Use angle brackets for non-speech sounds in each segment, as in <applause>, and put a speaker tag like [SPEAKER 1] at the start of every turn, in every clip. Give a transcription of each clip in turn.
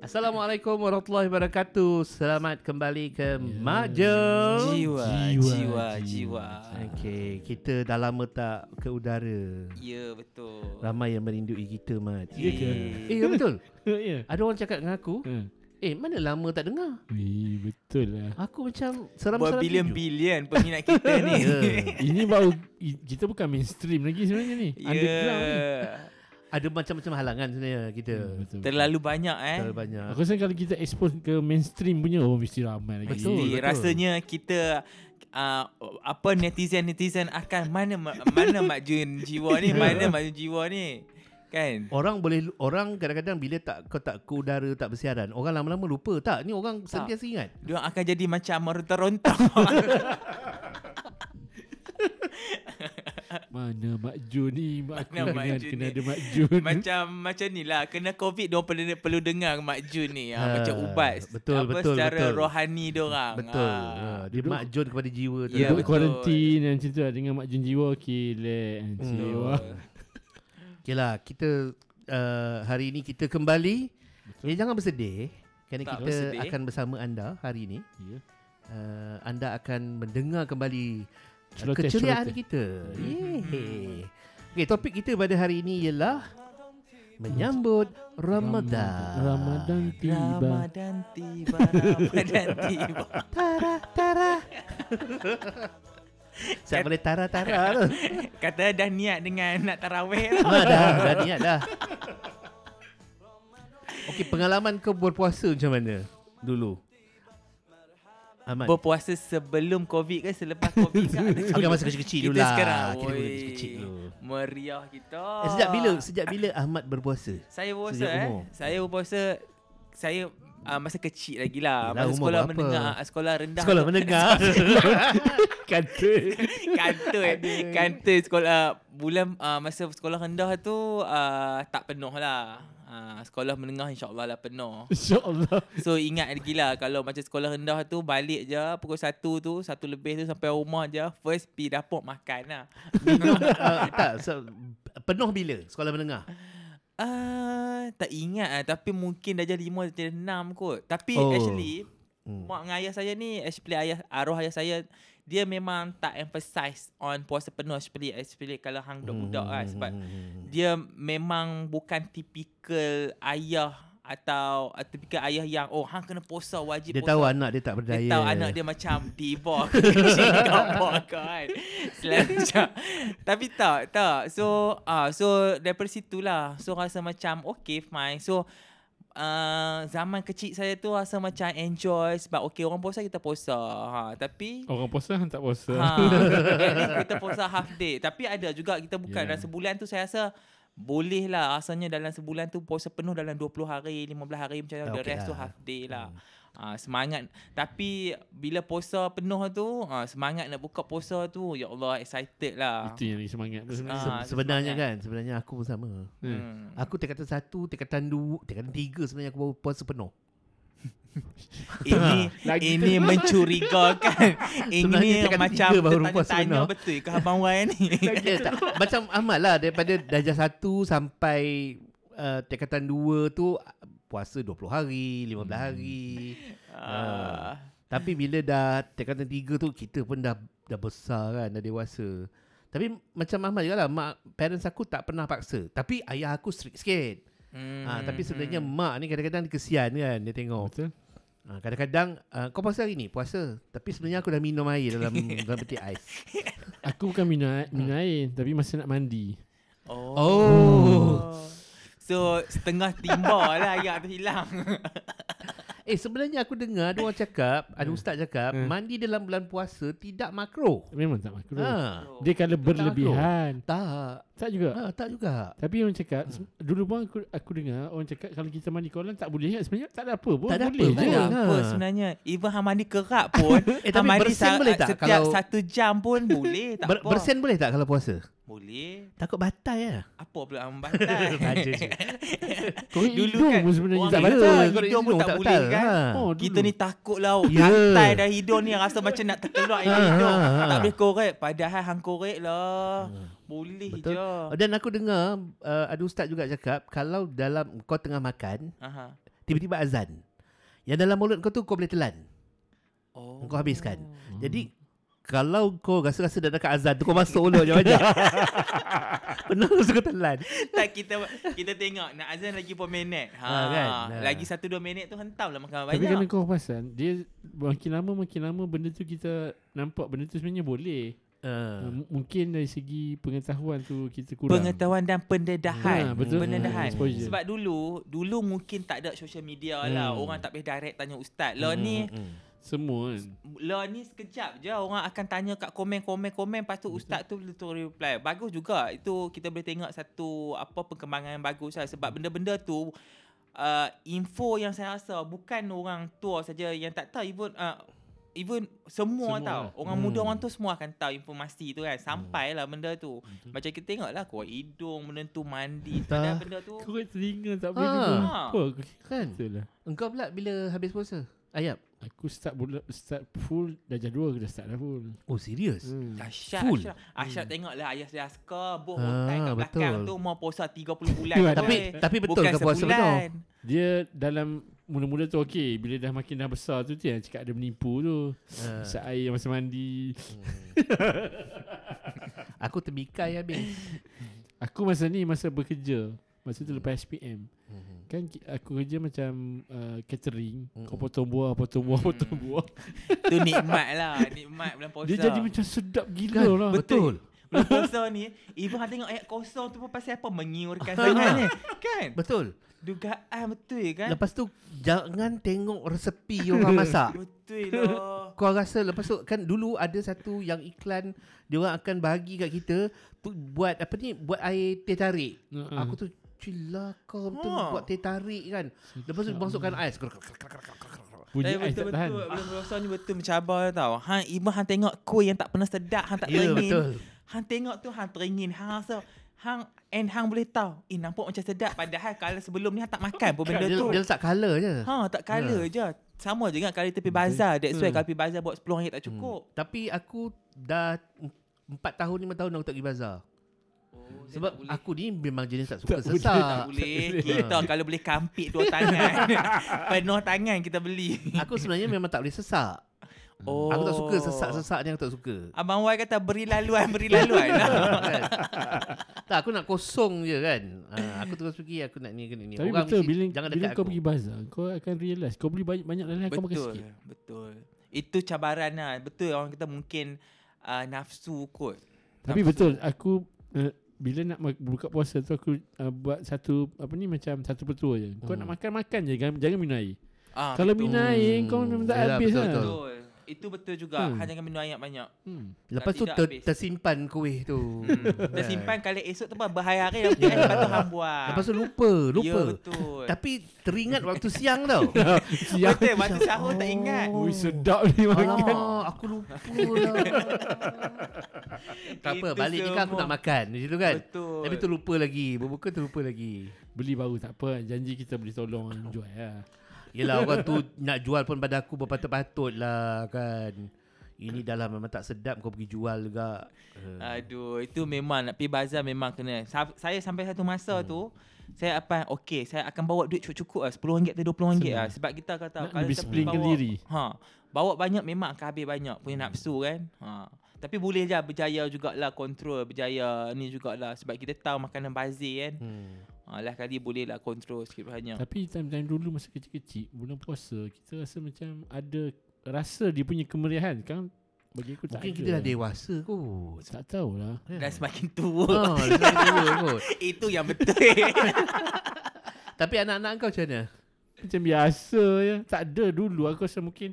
[SPEAKER 1] Assalamualaikum warahmatullahi wabarakatuh. Selamat kembali
[SPEAKER 2] Ya.
[SPEAKER 1] ke Maja.
[SPEAKER 2] Jiwa,
[SPEAKER 3] Jiwa, jiwa, jiwa.
[SPEAKER 2] jiwa.
[SPEAKER 1] Ha. Okey, kita dah lama tak ke udara.
[SPEAKER 3] Ya, betul.
[SPEAKER 1] Ramai yang merindui kita, Mat.
[SPEAKER 2] Ya ke?
[SPEAKER 1] Eh, ya betul.
[SPEAKER 2] ya.
[SPEAKER 1] Ada orang cakap dengan aku,
[SPEAKER 3] Hmm.
[SPEAKER 1] eh mana lama tak dengar?
[SPEAKER 2] Eh, betul lah.
[SPEAKER 1] Aku macam seram-seram.
[SPEAKER 3] Buat bilion-bilion peminat kita ni.
[SPEAKER 1] <laughs> Ya.
[SPEAKER 2] Ini baru i- kita bukan mainstream lagi sebenarnya ni.
[SPEAKER 3] Ya.
[SPEAKER 2] Underground ni.
[SPEAKER 1] Ada macam-macam halangan sebenarnya kita.
[SPEAKER 2] Hmm, Betul.
[SPEAKER 3] Terlalu banyak eh.
[SPEAKER 1] Terlalu banyak.
[SPEAKER 2] Aku rasa kalau kita expose ke mainstream punya orang mesti ramai lagi.
[SPEAKER 3] Mesti
[SPEAKER 1] Betul, betul.
[SPEAKER 3] rasanya kita uh, apa netizen-netizen akan mana ma- mana <laughs> majun jiwa ni, mana majun jiwa ni. Kan?
[SPEAKER 1] Orang boleh orang kadang-kadang bila tak kau tak ke udara tak bersiaran, orang lama-lama lupa. Tak, ni orang
[SPEAKER 3] Tak.
[SPEAKER 1] sentiasa ingat.
[SPEAKER 3] Dia akan jadi macam
[SPEAKER 1] <laughs>
[SPEAKER 3] meronta-ronta.
[SPEAKER 2] Mana Mak Jo ni Mak Mana
[SPEAKER 3] Mana Mak
[SPEAKER 2] kena,
[SPEAKER 3] Jo
[SPEAKER 2] kena
[SPEAKER 3] ni?
[SPEAKER 2] ada Mak Jo ni.
[SPEAKER 3] <laughs> macam macam ni lah kena covid dia perlu perlu dengar Mak Jun ni ha,
[SPEAKER 1] Ha,
[SPEAKER 3] macam ubat
[SPEAKER 1] betul,
[SPEAKER 3] apa
[SPEAKER 1] betul,
[SPEAKER 3] secara
[SPEAKER 1] betul.
[SPEAKER 3] rohani dia orang.
[SPEAKER 1] Betul.
[SPEAKER 3] Ha.
[SPEAKER 1] Ha, dia
[SPEAKER 2] Duduk-
[SPEAKER 1] makjun kepada jiwa tu.
[SPEAKER 3] Ya,
[SPEAKER 2] Duduk
[SPEAKER 3] betul.
[SPEAKER 2] kuarantin dan macam tu lah Dengan Mak Jun jiwa Kilat Jiwa
[SPEAKER 1] Okeylah, lah, kita uh, hari ini kita kembali. Betul. Eh, jangan bersedih kerana
[SPEAKER 3] Tak
[SPEAKER 1] kita
[SPEAKER 3] bersedih.
[SPEAKER 1] akan bersama anda hari ini.
[SPEAKER 2] Ya.
[SPEAKER 1] Uh, anda akan mendengar kembali uh,
[SPEAKER 2] Celoteh,
[SPEAKER 1] keceriaan
[SPEAKER 2] celoteh.
[SPEAKER 1] kita. Yeay. Okey, topik kita pada hari ini ialah menyambut Ramadan.
[SPEAKER 2] Ramadan tiba
[SPEAKER 3] Ramadan tiba Ramadan <laughs> tiba
[SPEAKER 1] Tara tara. <laughs> Saya boleh tara tara tu.
[SPEAKER 3] Kata dah niat dengan nak tarawih lah.
[SPEAKER 1] Ah, dah, dah niat dah. Okey, pengalaman kau berpuasa macam mana dulu? Ahmad.
[SPEAKER 3] Berpuasa sebelum covid ke selepas covid ke ada
[SPEAKER 1] Okey, masa kecil-kecil dulu
[SPEAKER 3] Kita
[SPEAKER 1] lah.
[SPEAKER 3] sekarang
[SPEAKER 1] Kita dulu
[SPEAKER 3] oi,
[SPEAKER 1] masa kecil dulu.
[SPEAKER 3] Meriah kita
[SPEAKER 1] Eh, sejak bila sejak bila Ahmad berpuasa?
[SPEAKER 3] Saya puasa
[SPEAKER 1] Sejak
[SPEAKER 3] eh
[SPEAKER 1] umur?
[SPEAKER 3] Saya puasa Saya uh, masa kecil lagi lah
[SPEAKER 1] Yelah,
[SPEAKER 3] Masa
[SPEAKER 1] umur
[SPEAKER 3] sekolah
[SPEAKER 1] berapa?
[SPEAKER 3] menengah ah, Sekolah rendah
[SPEAKER 1] Sekolah mendengar.
[SPEAKER 2] Kata
[SPEAKER 3] <laughs> Kantor eh. Kantor sekolah Bulan uh, Masa sekolah rendah tu uh, Tak penuh lah uh, Sekolah menengah insyaAllah lah penuh
[SPEAKER 2] InsyaAllah
[SPEAKER 3] So ingat lagi lah Kalau macam sekolah rendah tu Balik je Pukul 1 tu Satu lebih tu Sampai rumah je First pergi dapur makan
[SPEAKER 1] <laughs>
[SPEAKER 3] lah
[SPEAKER 1] Ah, tak, so, penuh bila sekolah mendengar?
[SPEAKER 3] uh, Tak ingat lah Tapi mungkin dah jadi 5 Dah jadi 6 kot Tapi
[SPEAKER 1] Oh.
[SPEAKER 3] oh. actually
[SPEAKER 1] Hmm.
[SPEAKER 3] Mak dengan ayah saya ni Actually ayah Arwah ayah saya Dia memang tak emphasize On puasa penuh Actually, actually Kalau hang budak-budak lah
[SPEAKER 1] Hmm,
[SPEAKER 3] Sebab dia memang bukan tipikal ayah atau uh, tipikal ayah yang oh hang kena puasa wajib
[SPEAKER 1] dia
[SPEAKER 3] puasa
[SPEAKER 1] tahu anak dia tak berdaya.
[SPEAKER 3] Dia tahu anak dia ah, macam diva ke <laughs> Singapore kan. Selalu macam. Tapi tak, tak. So, ah uh, so daripada situlah. So rasa macam okay fine. So Uh, zaman kecil saya tu rasa macam enjoy sebab okay orang puasa kita puasa ha tapi
[SPEAKER 2] Orang puasa hang tak puasa
[SPEAKER 1] <laughs>
[SPEAKER 3] Ha, at least kita puasa half day. Tapi ada juga kita bukan yeah.
[SPEAKER 2] Yeah.
[SPEAKER 3] dalam sebulan tu saya rasa boleh lah rasanya dalam sebulan tu puasa penuh dalam 20 hari, 15 hari macam
[SPEAKER 1] Ah,
[SPEAKER 3] okay the
[SPEAKER 1] okey
[SPEAKER 3] rest
[SPEAKER 1] lah.
[SPEAKER 3] tu half day lah. Ah semangat. Tapi bila puasa penuh tu, ah semangat nak buka puasa tu, ya Allah excited lah.
[SPEAKER 2] Itu yang lagi semangat tu sebenarnya.
[SPEAKER 1] Se-
[SPEAKER 3] Ah,
[SPEAKER 1] sebenarnya
[SPEAKER 3] semangat.
[SPEAKER 1] kan, sebenarnya aku pun sama. <laughs>
[SPEAKER 3] Hmm.
[SPEAKER 1] Aku tingkatan satu, tingkatan dua, tingkatan tiga sebenarnya aku baru puasa penuh.
[SPEAKER 3] Ini
[SPEAKER 2] Lagi
[SPEAKER 3] ini
[SPEAKER 1] <laughs>
[SPEAKER 3] mencurigakan.
[SPEAKER 1] Sebenarnya
[SPEAKER 3] ini
[SPEAKER 1] cakap
[SPEAKER 3] macam
[SPEAKER 1] tiga baru puasa
[SPEAKER 3] tanya
[SPEAKER 1] penuh.
[SPEAKER 3] betul ke abang Wan ni?
[SPEAKER 1] <laughs> Ya, tak. Macam Ahmad lah Daripada darjah 1 sampai uh, Tingkatan 2 tu ah, Puasa 20 hari 15
[SPEAKER 3] Hmm.
[SPEAKER 1] hari
[SPEAKER 3] Ah.
[SPEAKER 1] Tapi bila dah Tingkatan 3 tu Kita pun dah Dah besar kan Dah dewasa Tapi macam Ahmad juga lah mak, Parents aku tak pernah paksa Tapi ayah aku strict sikit
[SPEAKER 3] Hmm.
[SPEAKER 1] ha, Tapi sebenarnya mak ni kadang-kadang dia kesian kan Dia tengok
[SPEAKER 2] Betul
[SPEAKER 1] ha, Kadang-kadang uh, Kau puasa hari ni? Puasa Tapi sebenarnya aku dah minum air Dalam dalam peti ais
[SPEAKER 2] Aku bukan minum air, minum air Tapi masa nak mandi
[SPEAKER 1] Oh.
[SPEAKER 3] So setengah timba lah ayat tu hilang.
[SPEAKER 1] Eh sebenarnya aku dengar ada orang cakap, ada ustaz cakap
[SPEAKER 2] Hmm.
[SPEAKER 1] mandi dalam bulan puasa tidak makruh.
[SPEAKER 2] Memang tak makro
[SPEAKER 3] Ah,
[SPEAKER 1] Ha.
[SPEAKER 2] Dia kalau berlebihan
[SPEAKER 1] Tak.
[SPEAKER 2] Tak
[SPEAKER 3] Ah.
[SPEAKER 2] juga
[SPEAKER 1] Ha, tak juga.
[SPEAKER 2] Tapi orang cakap se- Dulu pun aku, aku dengar Orang cakap Kalau kita mandi kolam Tak boleh kan Sebenarnya tak ada apa pun
[SPEAKER 1] Tak ada
[SPEAKER 2] Boleh
[SPEAKER 1] apa
[SPEAKER 3] Tak
[SPEAKER 2] je
[SPEAKER 1] pun.
[SPEAKER 3] ada apa
[SPEAKER 1] Ha.
[SPEAKER 3] sebenarnya. Even hang mandi kerap pun.
[SPEAKER 1] <laughs> Eh
[SPEAKER 3] hang
[SPEAKER 1] tapi
[SPEAKER 3] mandi
[SPEAKER 1] bersen
[SPEAKER 3] sa-
[SPEAKER 1] boleh tak
[SPEAKER 3] Setiap
[SPEAKER 1] kalau
[SPEAKER 3] satu jam pun boleh. Tak
[SPEAKER 1] ber,
[SPEAKER 3] apa.
[SPEAKER 1] bersen boleh tak kalau puasa?
[SPEAKER 3] Boleh.
[SPEAKER 1] Takut batal ya.
[SPEAKER 3] Apa pula hang
[SPEAKER 1] <laughs>
[SPEAKER 3] batal?
[SPEAKER 1] Ada je.
[SPEAKER 2] Kau
[SPEAKER 3] Dulu
[SPEAKER 2] hidung
[SPEAKER 3] kan,
[SPEAKER 2] pun sebenarnya
[SPEAKER 3] orang
[SPEAKER 1] Tak batal.
[SPEAKER 3] Hidung pun
[SPEAKER 1] Korek
[SPEAKER 3] tak
[SPEAKER 1] hidung
[SPEAKER 3] boleh
[SPEAKER 1] batal.
[SPEAKER 3] kan?
[SPEAKER 1] Ha.
[SPEAKER 2] Oh, dulu.
[SPEAKER 3] Kita ni takut lah
[SPEAKER 1] Ya.
[SPEAKER 3] yeah. Lantai dah hidung ni Rasa macam nak
[SPEAKER 1] <laughs>
[SPEAKER 3] terkeluar dari
[SPEAKER 1] Ha,
[SPEAKER 3] hidung
[SPEAKER 1] ha, ha.
[SPEAKER 3] Tak boleh korek Padahal hang korek lah Boleh
[SPEAKER 1] Ah. Betul.
[SPEAKER 3] je
[SPEAKER 1] Dan aku dengar uh, ada ustaz juga cakap kalau dalam kau tengah makan
[SPEAKER 3] Aha.
[SPEAKER 1] tiba-tiba azan. Yang dalam mulut kau tu kau boleh telan.
[SPEAKER 3] Oh.
[SPEAKER 1] Kau habiskan.
[SPEAKER 2] Hmm.
[SPEAKER 1] Jadi kalau kau rasa-rasa dah dekat azan tu kau masuk ulo macam-macam. Pernah rasa kau telan.
[SPEAKER 3] tak kita kita tengok nak azan lagi pun minit. Ha,
[SPEAKER 1] Ah,
[SPEAKER 3] kan?
[SPEAKER 1] kan? Ah.
[SPEAKER 3] Lagi 1 2 minit tu hentamlah makan
[SPEAKER 2] Tapi
[SPEAKER 3] banyak.
[SPEAKER 2] kerana kau pasan Dia makin lama makin lama Benda tu kita Nampak benda tu sebenarnya boleh uh,
[SPEAKER 1] Uh,
[SPEAKER 2] m- Mungkin dari segi Pengetahuan tu Kita kurang
[SPEAKER 3] Ah. Pengetahuan dan pendedahan.
[SPEAKER 2] Ah, betul.
[SPEAKER 3] Pendedahan.
[SPEAKER 1] Hmm,
[SPEAKER 2] exposure.
[SPEAKER 3] Sebab dulu, dulu mungkin tak ada social media lah.
[SPEAKER 1] Hmm.
[SPEAKER 3] Orang tak boleh direct tanya ustaz.
[SPEAKER 2] Hmm.
[SPEAKER 3] Lah ni,
[SPEAKER 2] Semua kan
[SPEAKER 3] lah ni sekejap je orang akan tanya kat komen komen komen lepas tu ustaz tu tu reply. Bagus juga. Itu kita boleh tengok satu apa perkembangan yang bagus lah sebab benda-benda tu Uh, info yang saya rasa bukan orang tua saja yang tak tahu even uh, even semua,
[SPEAKER 2] Semua
[SPEAKER 3] tahu
[SPEAKER 2] lah.
[SPEAKER 3] orang
[SPEAKER 1] Hmm.
[SPEAKER 3] muda orang tu semua akan tahu informasi tu kan sampailah benda tu macam kita tengok lah kuat hidung benda tu mandi
[SPEAKER 1] Entah.
[SPEAKER 3] benda, benda tu
[SPEAKER 2] Kau kat telinga tak boleh
[SPEAKER 1] Ah.
[SPEAKER 2] dengar
[SPEAKER 3] Ah.
[SPEAKER 2] Apa
[SPEAKER 1] kan?
[SPEAKER 2] Betul lah
[SPEAKER 1] Engkau pula bila habis puasa? Ayap.
[SPEAKER 2] Aku start bulan Start full Dah jadual aku dah start dah full
[SPEAKER 1] Oh serius?
[SPEAKER 2] hmm.
[SPEAKER 3] Asyad
[SPEAKER 1] Full.
[SPEAKER 3] Asyad, Asyad hmm. tengok lah Ayah saya askar Buat
[SPEAKER 1] Ah,
[SPEAKER 3] hotel kat belakang
[SPEAKER 1] betul.
[SPEAKER 3] tu Mau puasa 30 bulan
[SPEAKER 1] <laughs>
[SPEAKER 2] Tapi-
[SPEAKER 1] Tapi
[SPEAKER 3] Oi.
[SPEAKER 1] tapi betul
[SPEAKER 3] Bukan
[SPEAKER 1] kau puasa betul.
[SPEAKER 3] sebulan
[SPEAKER 2] Dia dalam Mula-mula tu okey Bila dah makin dah besar tu Dia cakap ada menipu tu
[SPEAKER 1] Ah.
[SPEAKER 2] Saat air masa mandi
[SPEAKER 1] Aku terbikai habis.
[SPEAKER 2] Aku masa ni Masa bekerja Masa tu lepas SPM
[SPEAKER 3] Hmm.
[SPEAKER 2] Kan ki- aku kerja macam uh, Catering Kau
[SPEAKER 1] Mm-mm.
[SPEAKER 2] potong buah Potong buah
[SPEAKER 1] Hmm.
[SPEAKER 3] Mm.
[SPEAKER 2] Potong buah
[SPEAKER 3] Tu nikmat lah Nikmat bulan puasa
[SPEAKER 2] Dia jadi macam sedap gila
[SPEAKER 1] Oh, Kan?
[SPEAKER 2] lah
[SPEAKER 1] Betul.
[SPEAKER 3] Bulan puasa ni Ibu hang tengok ayat kosong tu pun Pasal apa Mengiurkan sangat ni Kan
[SPEAKER 1] Betul.
[SPEAKER 3] Dugaan betul kan
[SPEAKER 1] Lepas tu jangan tengok resepi orang masak.
[SPEAKER 3] Betul lah
[SPEAKER 1] Kau rasa lepas tu kan dulu ada satu yang iklan dia orang akan bagi kat kita tu buat apa ni buat air teh tarik.
[SPEAKER 2] Mm-mm.
[SPEAKER 1] Aku tu Cila kau betul
[SPEAKER 3] Ha.
[SPEAKER 1] buat teh tarik kan. Lepas tu masukkan ais. Kruk, kruk, kruk, kruk, kruk, kruk.
[SPEAKER 2] Bunyi
[SPEAKER 3] Tapi
[SPEAKER 2] air tak tahan
[SPEAKER 3] Eh, betul-betul Bulan puasa ni betul mencabar tau Hang Ibu hang tengok kuih yang tak pernah sedap Hang tak
[SPEAKER 1] Ya
[SPEAKER 3] teringin
[SPEAKER 1] betul.
[SPEAKER 3] Hang tengok tu hang teringin. Hang rasa hang and hang boleh tahu. Eh nampak macam sedap padahal kalau sebelum ni hang tak makan pun benda
[SPEAKER 1] Dia,
[SPEAKER 3] tu.
[SPEAKER 1] dia letak colour je.
[SPEAKER 3] Ha tak kala je. Sama je kan kalau tepi bazar. That's why kalau tepi bazar buat RM10 tak cukup.
[SPEAKER 1] Hmm. Tapi aku dah 4 tahun 5 tahun aku tak pergi bazar.
[SPEAKER 3] Oh, dia
[SPEAKER 1] Sebab
[SPEAKER 3] tak boleh.
[SPEAKER 1] aku Ah, ni memang jenis tak suka
[SPEAKER 2] Tak boleh, tak
[SPEAKER 1] sesak.
[SPEAKER 3] boleh
[SPEAKER 1] <laughs>
[SPEAKER 3] kita kalau boleh kampit dua tangan. <laughs> Penuh tangan kita
[SPEAKER 1] <laughs>
[SPEAKER 3] beli.
[SPEAKER 1] Aku sebenarnya memang tak boleh sesak.
[SPEAKER 3] Oh.
[SPEAKER 1] Aku tak suka sesak-sesak ni aku tak
[SPEAKER 2] <laughs>
[SPEAKER 1] suka.
[SPEAKER 3] Abang Wai kata beri laluan, beri
[SPEAKER 1] <laughs>
[SPEAKER 3] <laughs> laluan.
[SPEAKER 1] kan? tak aku nak kosong je kan. Ah, aku terus pergi aku nak ni ke ni.
[SPEAKER 2] Tapi betul
[SPEAKER 1] mesti
[SPEAKER 2] bila,
[SPEAKER 1] jangan
[SPEAKER 2] bila
[SPEAKER 1] dekat
[SPEAKER 2] kau
[SPEAKER 1] aku.
[SPEAKER 2] pergi bazar Kau akan realise Kau beli banyak-banyak lain Kau makan
[SPEAKER 3] betul,
[SPEAKER 2] sikit
[SPEAKER 3] betul. Itu cabaran lah. Betul orang kita mungkin uh, nafsu kot.
[SPEAKER 2] Tapi betul aku uh, bila nak ma- buka puasa tu aku uh, buat satu apa ni macam satu petua je. Kau
[SPEAKER 1] Hmm.
[SPEAKER 2] nak makan makan je jangan, jangan minum air.
[SPEAKER 3] Ah,
[SPEAKER 2] Kalau minum
[SPEAKER 1] betul.
[SPEAKER 2] air kau
[SPEAKER 1] Hmm,
[SPEAKER 2] memang tak
[SPEAKER 1] yelah,
[SPEAKER 2] habis
[SPEAKER 1] betul,
[SPEAKER 2] lah.
[SPEAKER 1] betul.
[SPEAKER 3] Betul. Itu betul juga.
[SPEAKER 2] Hmm.
[SPEAKER 3] Hmm. Hanya minum air banyak.
[SPEAKER 2] Hmm. <laughs>
[SPEAKER 1] Lepas
[SPEAKER 3] tak
[SPEAKER 1] tu
[SPEAKER 3] tidak
[SPEAKER 1] ter,
[SPEAKER 3] habis. Hmm.
[SPEAKER 1] tersimpan kuih tu. Kan?
[SPEAKER 3] Kita simpan kali esok tu apa berhari-hari dalam yeah. lepas tu hang buang.
[SPEAKER 1] Ya. Lepas tu lupa,
[SPEAKER 3] Ya,
[SPEAKER 1] lupa.
[SPEAKER 3] betul.
[SPEAKER 1] Tapi teringat waktu siang tau.
[SPEAKER 2] Siap.
[SPEAKER 3] Betul, waktu sahur tak ingat.
[SPEAKER 1] Oh,
[SPEAKER 2] Ui sedap ni makan.
[SPEAKER 1] Alamak,
[SPEAKER 3] Kan?
[SPEAKER 1] aku
[SPEAKER 3] <laughs>
[SPEAKER 1] lupa lah. tak apa,
[SPEAKER 3] Itu
[SPEAKER 1] balik je kan aku
[SPEAKER 3] semua.
[SPEAKER 1] nak makan. Macam tu kan.
[SPEAKER 3] Betul.
[SPEAKER 1] Tapi tu lupa lagi. Berbuka tu lupa lagi.
[SPEAKER 2] Beli baru tak apa. Janji kita beli tolong orang jual ya.
[SPEAKER 1] Yelah orang tu nak jual pun pada aku berpatut-patut lah kan. Ini dah lah memang tak sedap kau pergi jual juga. Uh,
[SPEAKER 3] Aduh, itu memang nak pergi bazar memang kena. Sa- saya sampai satu masa hmm. tu, saya apa, okey, saya akan bawa duit cukup-cukup lah. RM10 atau RM20 lah. Sebab kita akan tahu.
[SPEAKER 2] Nak disiplinkan diri. Hmm.
[SPEAKER 3] Ha, bawa banyak memang akan habis banyak punya nafsu kan. Ha. Tapi boleh je lah berjaya jugalah kontrol, berjaya ni jugalah. Sebab kita tahu makanan bazir kan.
[SPEAKER 1] hmm.
[SPEAKER 3] Ha, lah kali boleh lah kontrol sikit
[SPEAKER 1] Ya.
[SPEAKER 3] banyak.
[SPEAKER 2] Tapi time-time dulu masa kecil-kecil bulan puasa kita rasa macam ada rasa dia punya kemeriahan kan bagi aku tak
[SPEAKER 1] Mungkin
[SPEAKER 2] ada.
[SPEAKER 1] kita dah dewasa
[SPEAKER 3] <laughs>
[SPEAKER 1] kot.
[SPEAKER 2] tak tahulah.
[SPEAKER 3] Dah semakin
[SPEAKER 2] <laughs>
[SPEAKER 3] tua.
[SPEAKER 1] Oh, dah semakin tua kot.
[SPEAKER 3] Itu yang betul.
[SPEAKER 1] Tapi anak-anak kau macam mana?
[SPEAKER 2] Macam biasa ya. Tak ada dulu aku rasa mungkin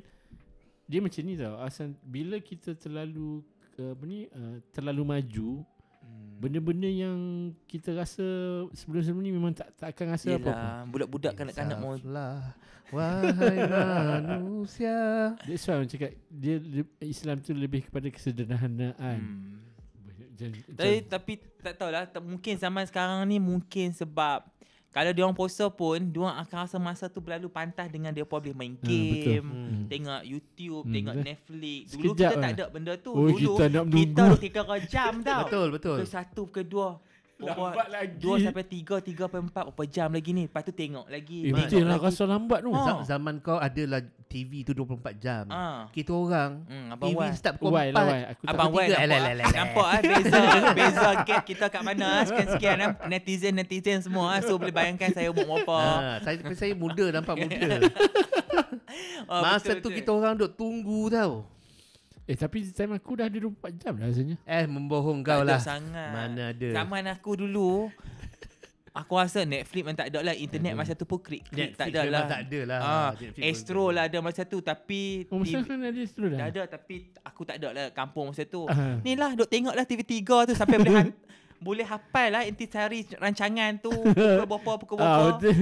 [SPEAKER 2] dia macam ni tau. Asal bila kita terlalu uh, apa ni uh, terlalu maju
[SPEAKER 3] Hmm.
[SPEAKER 2] benda-benda yang kita rasa sebelum-sebelum ni memang tak tak akan rasa apa-apa.
[SPEAKER 3] Yelah, budak-budak kanak-kanak mau
[SPEAKER 1] Insaflah,
[SPEAKER 3] <laughs>
[SPEAKER 1] Wahai manusia.
[SPEAKER 2] That's why orang cakap dia le- Islam tu lebih kepada kesederhanaan.
[SPEAKER 3] Hmm. Eh,
[SPEAKER 2] Macam,
[SPEAKER 3] Tapi tapi tak tahulah tak, mungkin zaman sekarang ni mungkin sebab kalau dia orang puasa pun dia orang akan rasa masa tu berlalu pantas dengan dia pun boleh main
[SPEAKER 2] betul.
[SPEAKER 3] game,
[SPEAKER 1] Hmm.
[SPEAKER 3] tengok YouTube,
[SPEAKER 2] Hmm,
[SPEAKER 3] tengok
[SPEAKER 2] betul.
[SPEAKER 3] Netflix. Dulu
[SPEAKER 2] Sekejap
[SPEAKER 3] kita tak
[SPEAKER 2] lah.
[SPEAKER 3] ada benda tu.
[SPEAKER 2] Oh,
[SPEAKER 3] Dulu
[SPEAKER 2] kita nak <laughs>
[SPEAKER 3] kita
[SPEAKER 2] menunggu.
[SPEAKER 3] tiga jam tau.
[SPEAKER 1] Betul, betul.
[SPEAKER 3] Ke satu ke dua. Pokok
[SPEAKER 2] Lambat lagi.
[SPEAKER 3] 2 sampai 3, 3 sampai 4 berapa jam lagi ni. Lepas tu tengok lagi.
[SPEAKER 2] Eh
[SPEAKER 3] tengok
[SPEAKER 2] betul lah
[SPEAKER 3] lagi.
[SPEAKER 2] rasa lambat tu.
[SPEAKER 3] Ha.
[SPEAKER 2] Ha.
[SPEAKER 3] Ah.
[SPEAKER 1] Z- zaman kau adalah TV tu 24 jam.
[SPEAKER 3] Ah.
[SPEAKER 1] Kita orang
[SPEAKER 3] Hmm, Abang
[SPEAKER 1] TV
[SPEAKER 3] Wan.
[SPEAKER 1] start pukul
[SPEAKER 2] Wai lah wai.
[SPEAKER 1] 4.
[SPEAKER 2] Aku tak
[SPEAKER 3] Abang Wan
[SPEAKER 1] tiga.
[SPEAKER 3] nampak,
[SPEAKER 1] Alah,
[SPEAKER 3] ah?
[SPEAKER 1] alah, alah.
[SPEAKER 3] nampak ah beza beza kita, kita kat mana ah sekian-sekian ah netizen netizen semua ah so boleh bayangkan saya umur berapa.
[SPEAKER 1] Ha, saya tapi saya muda
[SPEAKER 3] <laughs>
[SPEAKER 1] nampak muda.
[SPEAKER 3] Ah,
[SPEAKER 1] Masa
[SPEAKER 3] Oh, betul,
[SPEAKER 1] tu
[SPEAKER 3] betul.
[SPEAKER 1] kita orang duk tunggu tau.
[SPEAKER 2] Eh tapi time aku dah ada 24 jam lah rasanya.
[SPEAKER 1] Eh membohong
[SPEAKER 3] Tak
[SPEAKER 1] kau lah.
[SPEAKER 3] ada sangat.
[SPEAKER 1] Mana ada.
[SPEAKER 3] Zaman aku dulu Aku rasa Netflix memang tak ada lah Internet masa tu pun krik-krik
[SPEAKER 1] Hmm. Netflix
[SPEAKER 3] tak ada
[SPEAKER 1] memang
[SPEAKER 3] lah
[SPEAKER 1] tak ada lah.
[SPEAKER 3] Ah,
[SPEAKER 1] Netflix memang
[SPEAKER 3] Astro
[SPEAKER 1] tak
[SPEAKER 3] lah ada masa tu Tapi
[SPEAKER 2] Oh masa
[SPEAKER 3] TV
[SPEAKER 2] kan ada seluruh
[SPEAKER 3] Dah
[SPEAKER 2] dah.
[SPEAKER 3] ada tapi aku tak ada lah kampung masa tu.
[SPEAKER 2] Ah.
[SPEAKER 3] Ni lah duk tengok lah TV3 tu sampai boleh
[SPEAKER 1] <laughs>
[SPEAKER 3] ha- boleh hafal lah intisari rancangan tu pukul berapa pukul
[SPEAKER 2] Ah,
[SPEAKER 3] berapa.
[SPEAKER 2] betul.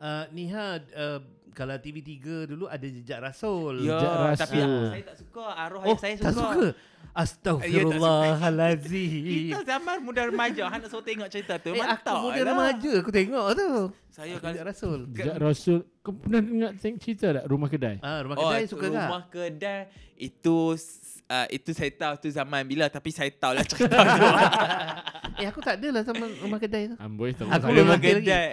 [SPEAKER 1] Uh, Niha, uh, kalau TV3 dulu ada Jejak Rasul.
[SPEAKER 3] Ya,
[SPEAKER 2] Jejak rasa.
[SPEAKER 3] tapi aku, saya tak suka arwah
[SPEAKER 1] Oh,
[SPEAKER 3] ayah saya suka.
[SPEAKER 1] tak suka.
[SPEAKER 3] Kita <laughs>
[SPEAKER 1] Astaghfirullahalazim.
[SPEAKER 3] zaman muda remaja hang nak suruh tengok cerita tu.
[SPEAKER 1] Eh, aku
[SPEAKER 3] mantap
[SPEAKER 1] muda
[SPEAKER 3] lah.
[SPEAKER 1] remaja aku tengok tu.
[SPEAKER 3] Saya kalau
[SPEAKER 1] Jejak Rasul.
[SPEAKER 2] Jejak Rasul. Kau pernah dengar tengok cerita tak Rumah Kedai?
[SPEAKER 1] Ah, rumah kedai suka tak?
[SPEAKER 3] Oh, rumah kedai itu uh, itu saya tahu tu zaman bila tapi saya tahu lah <laughs>
[SPEAKER 1] <laughs>
[SPEAKER 3] cerita tu.
[SPEAKER 1] Eh aku tak adalah sama rumah kedai tu.
[SPEAKER 2] Amboi Ah, tak
[SPEAKER 1] Aku
[SPEAKER 3] rumah
[SPEAKER 1] lelaki
[SPEAKER 3] kedai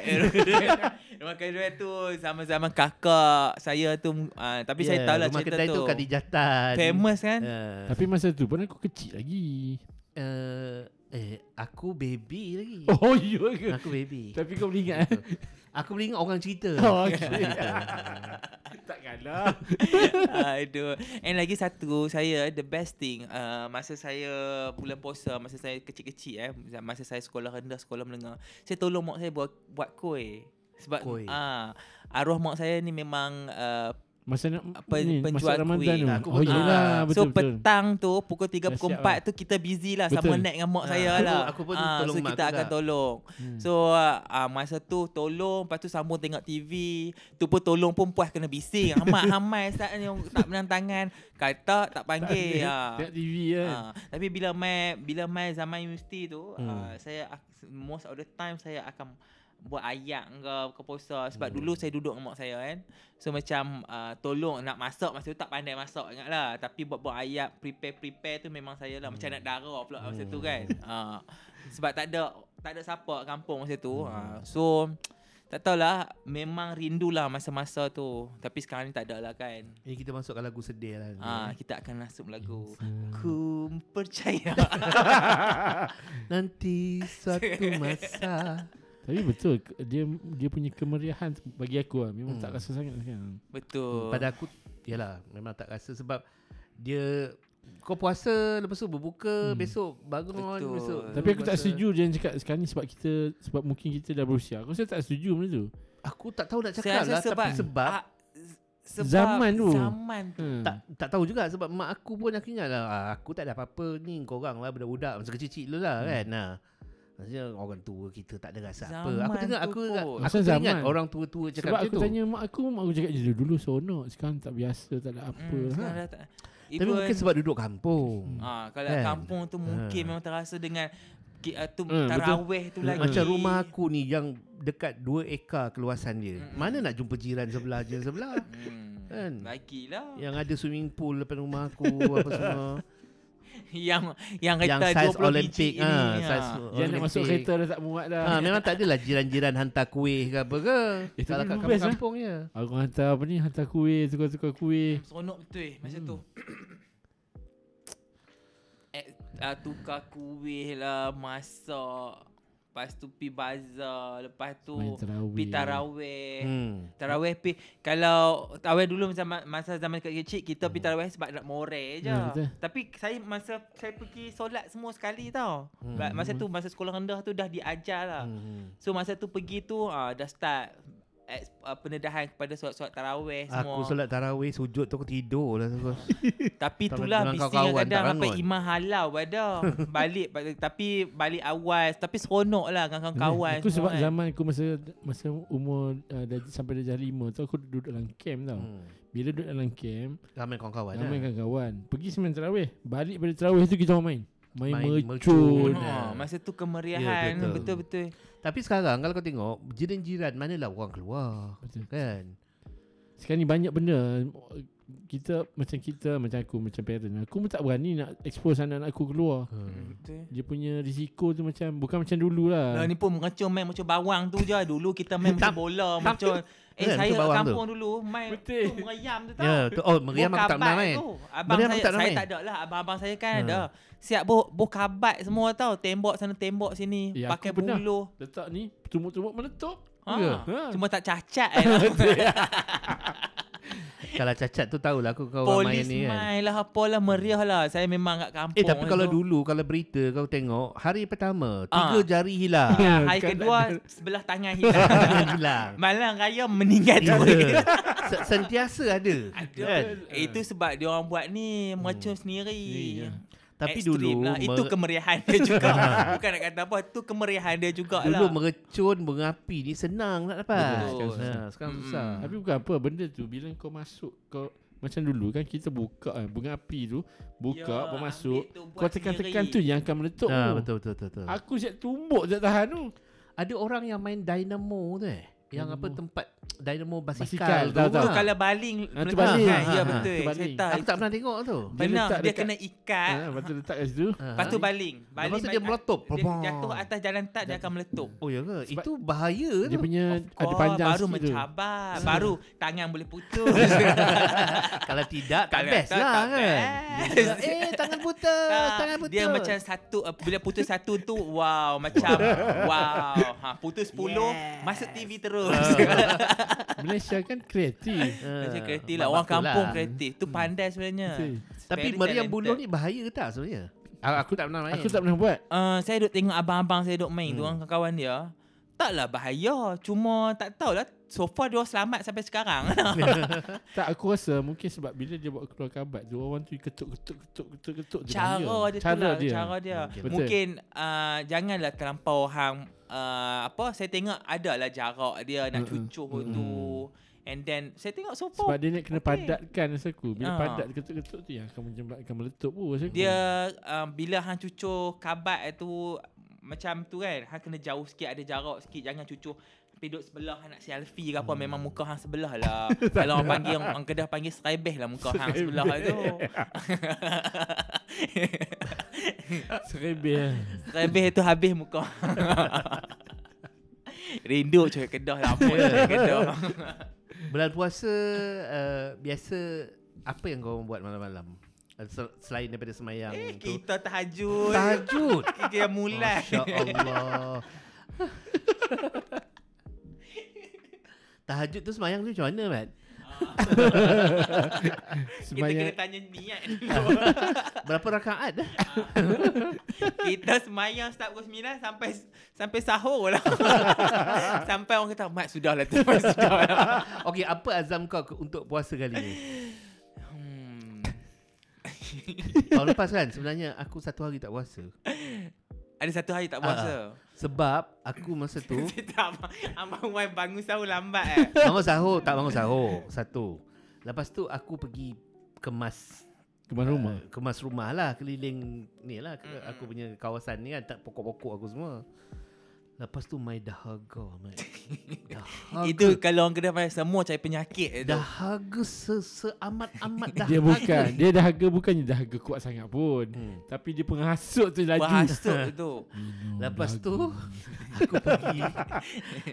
[SPEAKER 3] <laughs> rumah kedai tu sama-sama kakak saya tu uh, tapi yeah, saya tahu lah
[SPEAKER 1] Ya, rumah
[SPEAKER 3] cerita
[SPEAKER 1] kedai
[SPEAKER 3] tu,
[SPEAKER 1] tu kat di Jatan.
[SPEAKER 3] famous kan <laughs>
[SPEAKER 1] Uh,
[SPEAKER 2] Tapi masa tu pun aku kecil lagi.
[SPEAKER 1] uh, eh aku baby lagi.
[SPEAKER 2] Oh iya ke?
[SPEAKER 1] Aku baby.
[SPEAKER 2] Tapi kau boleh ingat eh?
[SPEAKER 1] Aku boleh ingat orang cerita.
[SPEAKER 2] Oh, <laughs> okey. Takkan lah.
[SPEAKER 3] aduh Ah, and lagi satu saya the best thing uh, masa saya bulan puasa masa saya kecil-kecil eh masa saya sekolah rendah sekolah menengah saya tolong mak saya buat buat kuih sebab
[SPEAKER 1] Kuih.
[SPEAKER 3] ah arwah mak saya ni memang uh,
[SPEAKER 2] Masa nak
[SPEAKER 3] Pen-
[SPEAKER 2] ni,
[SPEAKER 3] penjual
[SPEAKER 2] masa Ramadan
[SPEAKER 3] kuih.
[SPEAKER 2] tu.
[SPEAKER 1] Aku
[SPEAKER 2] Oh
[SPEAKER 1] betul.
[SPEAKER 2] iyalah
[SPEAKER 3] Ah,
[SPEAKER 2] betul
[SPEAKER 3] so
[SPEAKER 2] betul.
[SPEAKER 3] petang tu pukul 3
[SPEAKER 2] Dah
[SPEAKER 3] pukul
[SPEAKER 2] siap
[SPEAKER 3] 4 tu kita busy lah sama
[SPEAKER 2] Betul.
[SPEAKER 3] naik dengan mak
[SPEAKER 1] Ah,
[SPEAKER 3] saya
[SPEAKER 1] aku-
[SPEAKER 3] lah.
[SPEAKER 1] aku pun
[SPEAKER 3] Ah,
[SPEAKER 1] tolong
[SPEAKER 3] so
[SPEAKER 1] mak lah.
[SPEAKER 3] kita
[SPEAKER 1] aku
[SPEAKER 3] akan
[SPEAKER 1] juga.
[SPEAKER 3] tolong.
[SPEAKER 2] Hmm.
[SPEAKER 3] So ah, masa tu tolong, lepas tu sambung tengok TV. Tu pun tolong pun puas kena bising.
[SPEAKER 2] <laughs>
[SPEAKER 3] Hamai-hamai saat ni orang tak menang tangan. Kata tak panggil. ah.
[SPEAKER 2] Tengok TV kan.
[SPEAKER 3] Ah, tapi bila mai bila mai zaman universiti tu, hmm.
[SPEAKER 2] Hmm.
[SPEAKER 3] uh, saya ak- most of the time saya akan buat ayak ke buka puasa sebab dulu saya duduk dengan mak saya kan. So macam uh, tolong nak masak masa tu tak pandai masak ingat lah tapi buat buat ayak prepare prepare tu memang saya lah macam nak darah pula masa tu kan. Ah, sebab tak ada tak ada siapa kat kampung masa tu. Ah, so tak tahulah memang rindulah masa-masa tu tapi sekarang ni tak ada lah kan.
[SPEAKER 1] Ini kita masukkan lagu sedih lah.
[SPEAKER 3] Ah, kita akan masuk lagu. Ku
[SPEAKER 1] <laughs>
[SPEAKER 3] percaya.
[SPEAKER 1] Nanti suatu masa.
[SPEAKER 2] Tapi betul ke- dia dia punya kemeriahan tu bagi aku lah. Memang tak rasa sangat sekarang.
[SPEAKER 3] Betul.
[SPEAKER 1] Pada aku Yalah Memang tak rasa sebab Dia Kau puasa Lepas tu berbuka hmm. Besok bangun
[SPEAKER 3] Betul.
[SPEAKER 1] besok
[SPEAKER 2] Tapi aku
[SPEAKER 1] puasa.
[SPEAKER 2] tak setuju dia cakap sekarang ni sebab kita sebab mungkin kita dah berusia. Aku rasa tak setuju benda tu.
[SPEAKER 1] Aku tak tahu nak cakap lah Tapi sebab
[SPEAKER 3] ah, s- sebab
[SPEAKER 2] Zaman tu.
[SPEAKER 3] Zaman tu.
[SPEAKER 2] Hmm.
[SPEAKER 1] tak tak tahu juga sebab mak aku pun aku ingat lah ah, aku tak ada apa-apa ni korang lah budak-budak masa kecil-kecil dulu lah hmm. kan ha. Maksudnya orang tua kita tak ada rasa apa. Aku
[SPEAKER 3] Zaman
[SPEAKER 1] tengok
[SPEAKER 3] tu
[SPEAKER 1] aku
[SPEAKER 3] kot.
[SPEAKER 1] ingat, aku
[SPEAKER 2] Masa
[SPEAKER 1] teringat
[SPEAKER 2] zaman.
[SPEAKER 1] orang tua-tua cakap
[SPEAKER 2] Sebab
[SPEAKER 1] macam
[SPEAKER 2] aku
[SPEAKER 1] tu.
[SPEAKER 2] tanya mak aku, mak aku cakap je dulu seronok. Sekarang tak biasa, tak ada apa.
[SPEAKER 3] Hmm,
[SPEAKER 2] Hmm,
[SPEAKER 3] sekarang
[SPEAKER 2] ha.
[SPEAKER 3] dah tak.
[SPEAKER 1] Tapi mungkin sebab duduk kampung.
[SPEAKER 3] ah, kalau
[SPEAKER 1] kan.
[SPEAKER 3] kampung tu mungkin memang terasa dengan ki- ah, tu
[SPEAKER 2] Hmm, betul.
[SPEAKER 3] tarawih tu lagi.
[SPEAKER 1] Macam rumah aku ni yang dekat 2 ekar keluasan dia. Mana nak jumpa jiran sebelah je sebelah.
[SPEAKER 3] Hmm.
[SPEAKER 1] Kan?
[SPEAKER 3] Bagilah.
[SPEAKER 1] Yang ada swimming pool depan rumah aku apa semua.
[SPEAKER 3] <laughs> Yang yang
[SPEAKER 1] yang
[SPEAKER 3] kereta
[SPEAKER 1] saiz
[SPEAKER 3] 20
[SPEAKER 1] Olympic
[SPEAKER 3] biji ni.
[SPEAKER 1] ah,
[SPEAKER 3] ah.
[SPEAKER 1] saiz
[SPEAKER 2] Yang nak masuk kereta dah tak muat dah.
[SPEAKER 1] Ah, memang tak adalah jiran-jiran hantar kuih ke apa ke.
[SPEAKER 2] Eh, tapi
[SPEAKER 1] Kalau kat
[SPEAKER 2] dulu best, ah.
[SPEAKER 1] kampung-kampung ya. je.
[SPEAKER 2] Aku hantar apa ni, hantar kuih, tukar-tukar kuih.
[SPEAKER 3] Seronok betul eh masa tu. Eh, ah, tukar kuih lah, masak. Lepas tu pi bazar, lepas tu
[SPEAKER 2] Main tarawih.
[SPEAKER 3] pi tarawih.
[SPEAKER 1] Hmm.
[SPEAKER 3] Tarawih pi kalau tarawih dulu zaman masa zaman kecil kita pergi tarawih sebab nak more je.
[SPEAKER 2] Ya, betul.
[SPEAKER 3] Tapi saya masa saya pergi solat semua sekali tau. Hmm. Masa tu masa sekolah rendah tu dah diajar lah.
[SPEAKER 1] Hmm.
[SPEAKER 3] So masa tu pergi tu ah dah start ex, ah, pendedahan kepada solat-solat tarawih semua.
[SPEAKER 1] Aku solat tarawih sujud tu aku tidur lah terus.
[SPEAKER 3] Tapi
[SPEAKER 1] Taman
[SPEAKER 3] itulah
[SPEAKER 1] dengan
[SPEAKER 3] bising
[SPEAKER 1] kawan-kawan tak
[SPEAKER 3] kadang-kadang sampai
[SPEAKER 1] bangun.
[SPEAKER 3] imam halau
[SPEAKER 1] <laughs>
[SPEAKER 3] pada balik balik- tapi balik awal tapi seronok lah dengan kawan-kawan.
[SPEAKER 2] Aku sebab
[SPEAKER 3] semua kan.
[SPEAKER 2] zaman aku masa masa umur uh, dah, sampai darjah lima tu aku duduk dalam camp tau. Hmm.
[SPEAKER 1] Hmm.
[SPEAKER 2] Bila duduk dalam camp,
[SPEAKER 1] Ramai kawan-kawan
[SPEAKER 2] ramai
[SPEAKER 1] lah.
[SPEAKER 2] kawan-kawan. Pergi semain tarawih. Balik dari tarawih tu kita orang main. Main,
[SPEAKER 1] Main
[SPEAKER 2] main
[SPEAKER 1] mercun.
[SPEAKER 2] mercun.
[SPEAKER 3] Ha, masa tu kemeriahan
[SPEAKER 1] Ya, betul.
[SPEAKER 3] betul-betul.
[SPEAKER 1] Tapi sekarang kalau kau tengok jiran-jiran manalah orang keluar.
[SPEAKER 2] Betul.
[SPEAKER 1] Kan?
[SPEAKER 2] Sekarang ni banyak benda kita macam kita macam aku macam parent aku pun tak berani nak expose anak-anak aku keluar
[SPEAKER 1] Hmm. Ah.
[SPEAKER 3] Betul.
[SPEAKER 2] dia punya risiko tu macam bukan macam dulu lah
[SPEAKER 3] Lah ni pun mengacau main macam bawang tu je. Dulu
[SPEAKER 1] <laughs>
[SPEAKER 3] kita main macam bola macam eh
[SPEAKER 1] Ya, macam
[SPEAKER 3] saya kat
[SPEAKER 1] bawang tu.
[SPEAKER 3] kampung dulu main
[SPEAKER 2] Betul.
[SPEAKER 3] tu meriam tu tau.
[SPEAKER 1] Ya, tu, oh meriam aku tak pernah
[SPEAKER 3] Bokabat
[SPEAKER 1] main. <laughs>
[SPEAKER 3] tu.
[SPEAKER 1] Meriam
[SPEAKER 3] Abang saya,
[SPEAKER 1] aku
[SPEAKER 3] tak,
[SPEAKER 1] tak pernah
[SPEAKER 3] saya
[SPEAKER 1] main.
[SPEAKER 3] tak ada lah. Abang-abang saya kan
[SPEAKER 1] Ha.
[SPEAKER 3] ada. Siap boh, boh kabat semua tau. Tembok sana, tembok sini.
[SPEAKER 2] Eh, aku
[SPEAKER 3] Pakai
[SPEAKER 2] pernah.
[SPEAKER 3] buluh.
[SPEAKER 2] letak ni tumbuh-tumbuh meletup
[SPEAKER 3] Ha.
[SPEAKER 1] Ya.
[SPEAKER 2] Ha.
[SPEAKER 3] Cuma tak cacat
[SPEAKER 1] <laughs>
[SPEAKER 3] eh. lah.
[SPEAKER 1] Kalau cacat tu tahulah aku kau orang main
[SPEAKER 3] Polis
[SPEAKER 1] ni kan.
[SPEAKER 3] main lah apalah meriah lah. Saya memang kat kampung.
[SPEAKER 1] Eh tapi kalau
[SPEAKER 3] tu.
[SPEAKER 1] dulu kalau berita kau tengok hari pertama
[SPEAKER 3] Ah.
[SPEAKER 1] tiga jari hilang. kan,
[SPEAKER 3] Ah, Hari
[SPEAKER 2] Bukan
[SPEAKER 3] kedua
[SPEAKER 2] ada-
[SPEAKER 3] sebelah tangan
[SPEAKER 1] <laughs>
[SPEAKER 3] hilang. <laughs>
[SPEAKER 1] hilang.
[SPEAKER 3] Malam raya meninggal
[SPEAKER 1] Ya.
[SPEAKER 3] tu.
[SPEAKER 1] Se- Sentiasa ada.
[SPEAKER 3] Ada.
[SPEAKER 1] Kan?
[SPEAKER 3] Eh, Itu sebab dia orang buat ni mercun
[SPEAKER 2] Sendiri,
[SPEAKER 3] sendiri.
[SPEAKER 2] ya.
[SPEAKER 1] Hmm. Tapi dulu
[SPEAKER 3] Extreme lah. itu
[SPEAKER 1] mer-
[SPEAKER 3] kemeriahan dia
[SPEAKER 1] <laughs>
[SPEAKER 3] juga. <laughs> Bukan nak kata apa, itu kemeriahan dia juga
[SPEAKER 1] dulu
[SPEAKER 3] lah.
[SPEAKER 1] merecun mengapi ni senang nak dapat.
[SPEAKER 3] Betul.
[SPEAKER 1] Ha, sekarang
[SPEAKER 3] Mm-mm.
[SPEAKER 1] susah.
[SPEAKER 2] Tapi bukan apa benda tu bila kau masuk kau macam dulu kan kita buka eh, bunga api tu buka
[SPEAKER 3] Ya,
[SPEAKER 2] kau
[SPEAKER 3] ambil
[SPEAKER 2] masuk
[SPEAKER 3] tu, buat
[SPEAKER 2] kau tekan-tekan tu
[SPEAKER 3] sendiri.
[SPEAKER 2] yang akan meletup.
[SPEAKER 1] Ha,
[SPEAKER 2] tu.
[SPEAKER 1] betul betul betul. betul.
[SPEAKER 2] Aku siap tumbuk tak tahan tu.
[SPEAKER 1] Ada orang yang main dynamo tu eh. Yang apa
[SPEAKER 2] Dynamo.
[SPEAKER 1] tempat dynamo
[SPEAKER 2] Basikal,
[SPEAKER 1] basikal, tu.
[SPEAKER 2] tahu,
[SPEAKER 3] Tu
[SPEAKER 1] Ha.
[SPEAKER 2] tahu.
[SPEAKER 3] kalau baling
[SPEAKER 2] Ah, tu
[SPEAKER 3] meletakkan.
[SPEAKER 2] baling.
[SPEAKER 3] Ha, ya
[SPEAKER 1] Ah,
[SPEAKER 3] betul.
[SPEAKER 2] tu baling.
[SPEAKER 3] Cerita.
[SPEAKER 1] Aku tak pernah tengok tu.
[SPEAKER 2] Dia
[SPEAKER 3] Benar,
[SPEAKER 2] letak
[SPEAKER 3] dia
[SPEAKER 2] dekat-
[SPEAKER 3] kena ikat.
[SPEAKER 2] Ha, lepas tu letak kat situ.
[SPEAKER 1] Ha.
[SPEAKER 3] Lepas tu baling. baling
[SPEAKER 1] Ah. Lepas tu dia
[SPEAKER 3] baling-
[SPEAKER 1] meletup.
[SPEAKER 3] Dia
[SPEAKER 1] Bang.
[SPEAKER 3] jatuh atas jalan tak dia akan meletup.
[SPEAKER 1] Oh ya ke?
[SPEAKER 2] Sebab-
[SPEAKER 1] Itu bahaya tu.
[SPEAKER 2] Dia punya
[SPEAKER 3] Of
[SPEAKER 2] ada
[SPEAKER 3] course,
[SPEAKER 2] panjang
[SPEAKER 3] baru
[SPEAKER 2] sikit tu.
[SPEAKER 3] mencabar, baru tangan boleh putus.
[SPEAKER 1] <laughs> Kalau tidak <laughs> tak
[SPEAKER 3] Kalau
[SPEAKER 1] best
[SPEAKER 3] tak,
[SPEAKER 1] lah
[SPEAKER 3] tak
[SPEAKER 1] kan.
[SPEAKER 3] best.
[SPEAKER 1] eh tangan buta,
[SPEAKER 3] <laughs> Tak,
[SPEAKER 1] tangan buta.
[SPEAKER 3] Dia macam
[SPEAKER 1] <laughs>
[SPEAKER 3] <laughs> satu uh, Bila putus satu tu Wow Macam Wow ha, Putus 10
[SPEAKER 1] Yes.
[SPEAKER 3] Masuk TV terus
[SPEAKER 2] <laughs>
[SPEAKER 1] Ah.
[SPEAKER 2] Malaysia kan kreatif.
[SPEAKER 3] <laughs> Macam kreatif lah Orang kampung kreatif Tu pandai sebenarnya
[SPEAKER 2] Betul.
[SPEAKER 1] Tapi
[SPEAKER 3] Very
[SPEAKER 1] meriam
[SPEAKER 3] talented.
[SPEAKER 1] buluh ni bahaya tak sebenarnya? Ah, Aku tak pernah main.
[SPEAKER 2] Aku tak pernah buat.
[SPEAKER 3] uh, Saya duk tengok abang-abang saya duk main hmm. Tu
[SPEAKER 1] Hmm.
[SPEAKER 3] orang kawan dia Taklah bahaya Cuma tak tahulah So far dia orang selamat sampai sekarang <laughs>
[SPEAKER 2] Tak aku rasa mungkin sebab bila dia buat keluar kabat tu orang tu ketuk ketuk ketuk ketuk ketuk tu
[SPEAKER 3] Cara
[SPEAKER 2] bahaya.
[SPEAKER 3] dia tu lah Cara dia
[SPEAKER 1] Mungkin.
[SPEAKER 2] Betul.
[SPEAKER 3] Mungkin uh, Janganlah terlampau hang uh, Apa Saya tengok adalah jarak dia Nak
[SPEAKER 2] Mm-mm.
[SPEAKER 3] cucuk tu And then Saya tengok so far
[SPEAKER 2] Sebab dia nak kena
[SPEAKER 3] Okey.
[SPEAKER 2] padatkan rasa aku. Bila
[SPEAKER 3] Ah.
[SPEAKER 2] padat ketuk-ketuk tu yang akan menyebabkan meletup pun rasa aku.
[SPEAKER 3] Dia um, bila hang cucur kabat tu macam tu kan. Hang kena jauh sikit, ada jarak sikit. Jangan cucur tapi duduk sebelah hang nak selfie ke apa hmm. memang muka hang sebelah lah. Kalau orang panggil orang, orang Kedah panggil serebeh lah muka hang sebelah tu. <laughs>
[SPEAKER 1] <laughs>
[SPEAKER 2] serebel. lah.
[SPEAKER 3] serebeh tu habis muka. <laughs> Rindu cuy Kedah lah apa lah <laughs> Kedah.
[SPEAKER 1] Bulan puasa uh, biasa apa yang kau buat malam-malam? Uh, sel- Selain daripada semayang
[SPEAKER 3] Eh,
[SPEAKER 1] tu.
[SPEAKER 3] kita tahajud.
[SPEAKER 1] Tahajud.
[SPEAKER 3] Kita mulai.
[SPEAKER 1] Masya-Allah. <laughs> Tahajud tu semayang tu macam mana, Mat?
[SPEAKER 3] Kita kena
[SPEAKER 2] Semayang
[SPEAKER 3] tanya niat dulu.
[SPEAKER 1] Berapa rakaat <laughs> dah?
[SPEAKER 3] Kita semayang start pukul 9 sampai sampai sahur <laughs> lah. sampai orang kata, Mat sudahlah tu. <laughs> Mat sudah lah."
[SPEAKER 1] Okey, apa azam kau ke- untuk puasa kali ni?
[SPEAKER 3] Hmm.
[SPEAKER 1] Tahun lepas kan sebenarnya aku satu hari tak puasa.
[SPEAKER 3] Ada satu hari tak puasa.
[SPEAKER 1] Sebab aku masa
[SPEAKER 3] <laughs>
[SPEAKER 1] tu
[SPEAKER 3] Saya Ah, tak abang, abang Wan bangun sahur lambat eh.
[SPEAKER 1] bangun sahur, tak bangun sahur. Satu. Lepas tu aku pergi kemas
[SPEAKER 2] kemas rumah.
[SPEAKER 1] Uh, kemas rumah lah keliling ni lah ke,
[SPEAKER 3] Mm-mm.
[SPEAKER 1] aku punya kawasan ni kan tak pokok-pokok aku semua lepas tu my dahaga my
[SPEAKER 2] <laughs>
[SPEAKER 1] dahaga
[SPEAKER 3] Itu kalau orang kedai panggil semua cari penyakit eh, tu.
[SPEAKER 1] dahaga se seamat amat dahaga
[SPEAKER 2] <laughs> Dia bukan Dia dahaga bukannya dahaga kuat sangat pun
[SPEAKER 1] hmm.
[SPEAKER 2] Tapi dia penghasut tu laju
[SPEAKER 3] Bahasuk tu.
[SPEAKER 2] Hmm,
[SPEAKER 1] lepas tu <laughs> aku pergi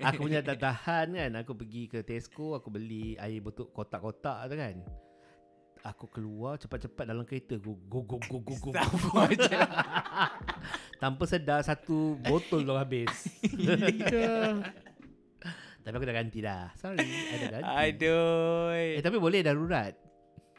[SPEAKER 1] aku punya tak tahan kan aku pergi ke Tesco aku beli air botol kotak-kotak tu kan aku keluar cepat-cepat dalam kereta go go go go go, go.
[SPEAKER 3] Sama je.
[SPEAKER 1] tanpa sedar satu botol dah
[SPEAKER 3] <laughs>
[SPEAKER 1] habis Tapi aku dah ganti dah. Sorry, I dah ganti.
[SPEAKER 3] <laughs> Aduh.
[SPEAKER 1] Eh, tapi boleh darurat.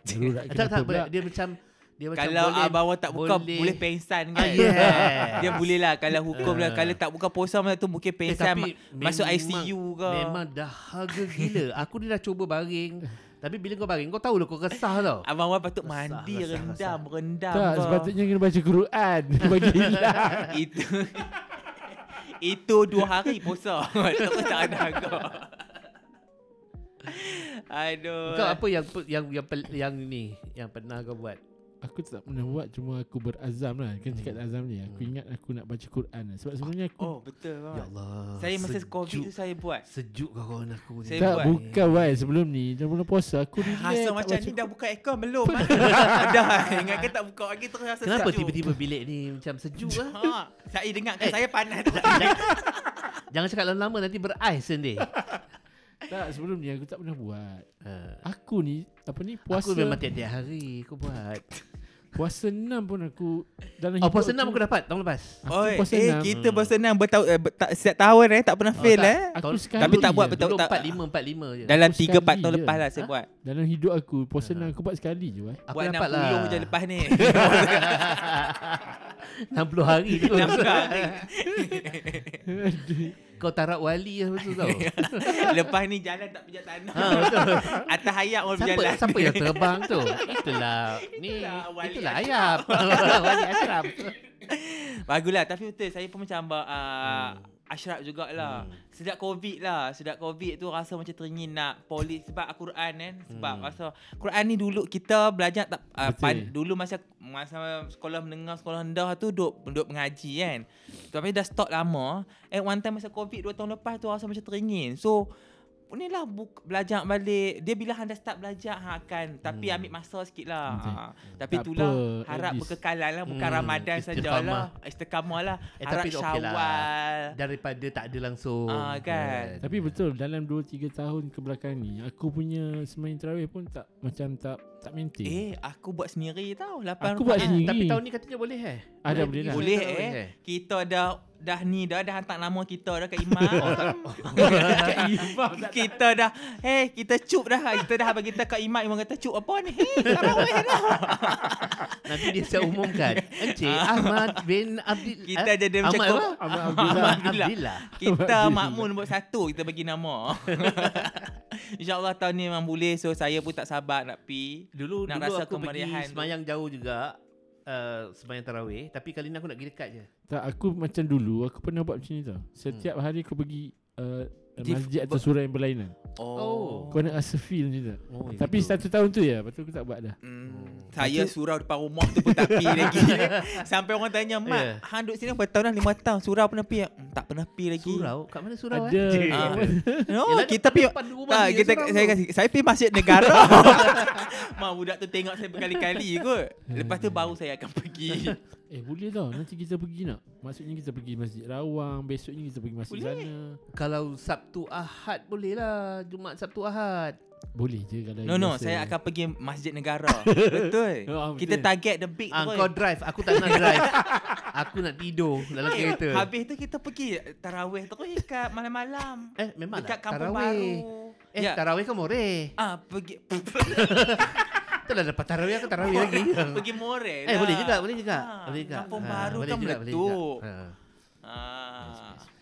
[SPEAKER 2] Darurat
[SPEAKER 1] Eh, tak
[SPEAKER 2] kenapa
[SPEAKER 1] tak
[SPEAKER 2] pula
[SPEAKER 1] boleh. Dia macam dia macam
[SPEAKER 3] Kalau
[SPEAKER 1] boleh. Eh,
[SPEAKER 3] abang Wan tak buka
[SPEAKER 1] boleh-
[SPEAKER 3] boleh, pensan kan.
[SPEAKER 1] Ah, yes.
[SPEAKER 3] <laughs> Dia boleh lah kalau hukum lah
[SPEAKER 1] Ah.
[SPEAKER 3] kalau tak buka puasa masa tu mungkin
[SPEAKER 1] Eh,
[SPEAKER 3] pensan ma-
[SPEAKER 1] tapi
[SPEAKER 3] masuk
[SPEAKER 1] memang-
[SPEAKER 3] ICU ke.
[SPEAKER 1] Memang dahaga gila. aku ni dah cuba baring. Tapi bila kau baring, kau tahu lah kau kesah tau.
[SPEAKER 3] Abang Wan patut
[SPEAKER 1] Resah,
[SPEAKER 3] mandi
[SPEAKER 1] resah,
[SPEAKER 3] rendam rendam.
[SPEAKER 2] Tak
[SPEAKER 3] kau.
[SPEAKER 2] sepatutnya kena baca Quran Bagi hilang
[SPEAKER 3] <laughs> itu itu dua hari puasa. <laughs> Terus tak ada kau. Aduh.
[SPEAKER 1] Kau apa yang pe- yang yang, pel- yang ni yang pernah kau buat?
[SPEAKER 2] Aku tak pernah buat Cuma aku berazam lah Kan cakap azam ni Aku
[SPEAKER 1] Hmm.
[SPEAKER 2] ingat aku nak baca Quran lah. Sebab sebenarnya aku
[SPEAKER 3] Oh betul
[SPEAKER 2] Ah.
[SPEAKER 1] Ya
[SPEAKER 3] bang.
[SPEAKER 1] Allah.
[SPEAKER 3] Saya masa
[SPEAKER 1] sejuk.
[SPEAKER 3] COVID tu saya buat.
[SPEAKER 1] Sejuk kau kawan aku ni.
[SPEAKER 3] Saya
[SPEAKER 2] Tak
[SPEAKER 3] buat.
[SPEAKER 2] bukan why Sebelum ni Dah bulan puasa Aku relax
[SPEAKER 3] Rasa
[SPEAKER 2] tak
[SPEAKER 3] macam
[SPEAKER 2] baca
[SPEAKER 3] ni dah buka aircon belum ah? <laughs> Dah ingat ke tak buka lagi terus rasa
[SPEAKER 1] Kenapa
[SPEAKER 3] sejuk.
[SPEAKER 1] tiba-tiba bilik ni macam sejuk
[SPEAKER 3] <laughs>
[SPEAKER 1] lah?
[SPEAKER 3] Ha, saya dengarkan
[SPEAKER 1] Eh.
[SPEAKER 3] saya panas tu.
[SPEAKER 1] Jangan cakap lama-lama nanti berais sendiri.
[SPEAKER 2] Tak sebelum ni Aku tak pernah buat
[SPEAKER 1] Ha.
[SPEAKER 2] Aku ni Apa ni
[SPEAKER 1] Ah.
[SPEAKER 2] Puasa
[SPEAKER 1] Aku memang tiap-tiap hari aku buat.
[SPEAKER 2] Puasa 6 pun aku Dalam
[SPEAKER 1] Oh, puasa enam aku dapat tahun lepas.
[SPEAKER 2] Aku
[SPEAKER 3] Oi,
[SPEAKER 2] puasa
[SPEAKER 3] eh
[SPEAKER 2] enam.
[SPEAKER 3] kita puasa enam bertahun eh, ber- tak, setiap tahun eh tak pernah fail
[SPEAKER 1] Oh, tak.
[SPEAKER 3] eh.
[SPEAKER 2] Aku
[SPEAKER 1] Tahun-
[SPEAKER 2] sekali
[SPEAKER 3] Tapi tak buat
[SPEAKER 2] je.
[SPEAKER 3] betul-
[SPEAKER 1] Dulu
[SPEAKER 3] tak-
[SPEAKER 1] empat lima, empat lima je.
[SPEAKER 3] Dalam
[SPEAKER 2] aku
[SPEAKER 3] 3 4
[SPEAKER 2] sekali
[SPEAKER 3] tahun
[SPEAKER 2] je.
[SPEAKER 3] lepas lah saya buat.
[SPEAKER 2] Dalam hidup aku Puasa 6 aku buat sekali je eh.
[SPEAKER 1] Aku
[SPEAKER 3] buat
[SPEAKER 1] dapat
[SPEAKER 3] 60
[SPEAKER 1] lah.
[SPEAKER 3] je
[SPEAKER 1] <laughs>
[SPEAKER 3] lepas ni.
[SPEAKER 1] 60 hari tu.
[SPEAKER 3] 60 hari.
[SPEAKER 1] <laughs> Kau tarak wali lah betul
[SPEAKER 3] <laughs>
[SPEAKER 1] tau.
[SPEAKER 3] Ya, lepas ni jalan tak pijak tanah.
[SPEAKER 1] ha, betul.
[SPEAKER 3] Atas hayat orang
[SPEAKER 1] Siapa,
[SPEAKER 3] berjalan.
[SPEAKER 1] siapa yang terbang tu? Itulah ni
[SPEAKER 3] lah. <laughs> Itulah wali
[SPEAKER 1] itulah ayam.
[SPEAKER 3] <laughs>
[SPEAKER 1] <laughs> wali asram.
[SPEAKER 3] Bagulah tapi betul saya pun macam uh, hmm. asyraf jugalah.
[SPEAKER 1] Hmm.
[SPEAKER 3] Hmm. Sedap Covid lah. Sedap Covid tu rasa macam teringin nak polis sebab Al-Quran kan. Sebab
[SPEAKER 1] Hmm.
[SPEAKER 3] hmm. rasa Quran ni dulu kita belajar tak uh,
[SPEAKER 2] Betul.
[SPEAKER 3] pan, dulu masa masa sekolah menengah sekolah rendah tu duk duk mengaji kan. Tapi dah stop lama. At one time masa Covid 2 tahun lepas tu rasa macam teringin. So ni lah buk, belajar balik Dia bila anda start belajar ha, kan Tapi
[SPEAKER 1] Hmm.
[SPEAKER 3] ambil masa sikit lah
[SPEAKER 2] Betul.
[SPEAKER 3] ha. Tapi
[SPEAKER 2] Tak
[SPEAKER 3] itulah
[SPEAKER 2] apa, at
[SPEAKER 3] Harap
[SPEAKER 2] least.
[SPEAKER 3] berkekalan lah Bukan
[SPEAKER 1] Hmm,
[SPEAKER 3] Ramadan
[SPEAKER 1] istiqamah.
[SPEAKER 3] sajalah Istiqamah lah
[SPEAKER 1] Eh,
[SPEAKER 3] Harap
[SPEAKER 1] tapi okey lah.
[SPEAKER 3] syawal
[SPEAKER 1] Daripada tak ada langsung.
[SPEAKER 3] Ah, kan.
[SPEAKER 2] Tapi betul Dalam 2-3 tahun kebelakang ni Aku punya Semain terawih pun tak Macam tak Tak maintain
[SPEAKER 3] Eh aku buat sendiri tau 8
[SPEAKER 2] Aku buat
[SPEAKER 3] rakaat.
[SPEAKER 2] sendiri.
[SPEAKER 1] Tapi tahun ni katanya boleh eh?
[SPEAKER 2] Ada boleh lah
[SPEAKER 3] Boleh
[SPEAKER 1] Tak
[SPEAKER 3] eh <laughs> Kita dah Dah ni dah Dah hantar nama kita dah kat imam Kita dah Hey kita cup dah Kita dah bagi kita kat imam Imam kata cup apa ni Hey tak mahu eh dah
[SPEAKER 1] <laughs> Nanti dia saya umumkan.
[SPEAKER 3] <laughs>
[SPEAKER 1] Encik Ahmad bin Abdul
[SPEAKER 3] Kita
[SPEAKER 1] eh,
[SPEAKER 3] jadi macam
[SPEAKER 1] Ahmad
[SPEAKER 3] kau-
[SPEAKER 1] apa? <laughs>
[SPEAKER 2] Ahmad
[SPEAKER 1] Ahmad
[SPEAKER 2] Abdullah
[SPEAKER 3] Abdullah.
[SPEAKER 1] Abdillah.
[SPEAKER 3] Kita makmun buat satu Kita bagi nama <laughs> InsyaAllah tahun ni memang boleh So saya pun tak sabar nak pi
[SPEAKER 1] Dulu
[SPEAKER 3] Nak
[SPEAKER 1] dulu
[SPEAKER 3] rasa
[SPEAKER 1] aku pergi
[SPEAKER 3] kemeriahan tu.
[SPEAKER 1] semayang jauh juga. Uh, semayang tarawih tapi kali ni aku nak pergi dekat je.
[SPEAKER 2] Tak aku macam dulu Aku pernah buat macam ni tau Setiap hari aku pergi uh,
[SPEAKER 3] Hmm. Di-
[SPEAKER 2] Masjid atau surau yang berlainan
[SPEAKER 1] Oh.
[SPEAKER 2] Kau nak rasa feel macam tu
[SPEAKER 1] Oh,
[SPEAKER 2] Tapi satu tahun tu ya Lepas tu aku tak buat dah
[SPEAKER 3] Hmm. Saya surau depan rumah tu pun tak pi
[SPEAKER 1] <laughs>
[SPEAKER 3] lagi. Sampai orang tanya, "Mak,
[SPEAKER 1] Ya.
[SPEAKER 3] yeah. hang duduk sini berapa tahun dah? Lima tahun. Surau pernah pi? Hmm, tak pernah pi lagi."
[SPEAKER 1] surau kat mana surau
[SPEAKER 2] Ada.
[SPEAKER 1] eh?
[SPEAKER 3] Ah.
[SPEAKER 1] Ada.
[SPEAKER 3] No,
[SPEAKER 1] Yelah,
[SPEAKER 3] kita pi
[SPEAKER 1] depan rumah
[SPEAKER 3] tak,
[SPEAKER 1] dia
[SPEAKER 3] kita
[SPEAKER 1] surau
[SPEAKER 3] saya
[SPEAKER 1] tu.
[SPEAKER 3] kasi, saya pi masjid negara. <laughs> Mak budak tu tengok saya berkali-kali kot. Lepas tu baru saya akan
[SPEAKER 1] <laughs>
[SPEAKER 3] pergi.
[SPEAKER 2] Eh boleh tau Nanti kita pergi nak Maksudnya kita pergi Masjid Rawang Besoknya kita pergi masjid
[SPEAKER 3] Boleh.
[SPEAKER 2] sana
[SPEAKER 1] Kalau Sabtu Ahad boleh lah. Jumaat Sabtu Ahad.
[SPEAKER 2] Boleh je kalau
[SPEAKER 3] No no, saya akan pergi masjid
[SPEAKER 1] <laughs>
[SPEAKER 3] negara. Betul.
[SPEAKER 2] Oh,
[SPEAKER 3] Kita
[SPEAKER 2] betul.
[SPEAKER 3] target the big
[SPEAKER 1] Ah,
[SPEAKER 3] boy.
[SPEAKER 1] kau lah drive, aku tak nak drive. <laughs> aku nak tidur dalam kereta.
[SPEAKER 3] Eh, Habis tu kita pergi tarawih terus kat malam-malam.
[SPEAKER 1] eh memang
[SPEAKER 3] Dekat
[SPEAKER 1] lah
[SPEAKER 3] kampung
[SPEAKER 1] tarawih.
[SPEAKER 3] baru.
[SPEAKER 1] Eh
[SPEAKER 3] Ya.
[SPEAKER 1] tarawih kan moreh.
[SPEAKER 3] Ah, pergi <laughs>
[SPEAKER 1] Itulah lah, dapat tarawih aku tarawih lagi.
[SPEAKER 3] pergi more
[SPEAKER 1] Eh boleh juga, boleh juga.
[SPEAKER 3] Ah,
[SPEAKER 1] boleh juga.
[SPEAKER 3] Kampung
[SPEAKER 1] Ah,
[SPEAKER 3] Baru
[SPEAKER 1] boleh
[SPEAKER 3] kan
[SPEAKER 1] juga, boleh juga.
[SPEAKER 3] meletup.
[SPEAKER 1] Ah.
[SPEAKER 3] Ah,